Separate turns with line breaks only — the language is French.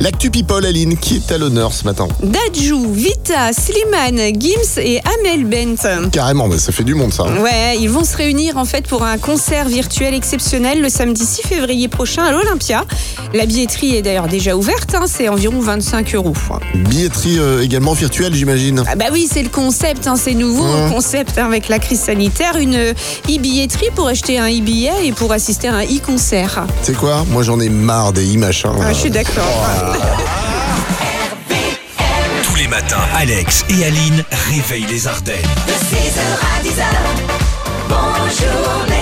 L'actu People, Aline, qui est à l'honneur ce matin
Dajou, Vita, Slimane, Gims et Amel Bent.
Carrément, mais ça fait du monde ça. hein.
Ouais, ils vont se réunir en fait pour un concert virtuel exceptionnel le samedi 6 février prochain à l'Olympia. La billetterie est d'ailleurs déjà ouverte, hein, c'est environ 25 euros.
Billetterie euh, également virtuelle, j'imagine.
Ah bah oui, c'est le concept, hein, c'est nouveau
Ouais.
le concept hein, avec la crise sanitaire. Une euh, e-billetterie pour acheter un e-billet et pour assister à un e-concert.
C'est quoi Moi j'en ai marre des hein. i-machins.
Ah, je suis d'accord.
Tous les matins, Alex et Aline réveillent les Ardennes.
De 6h à 10h, bonne journée.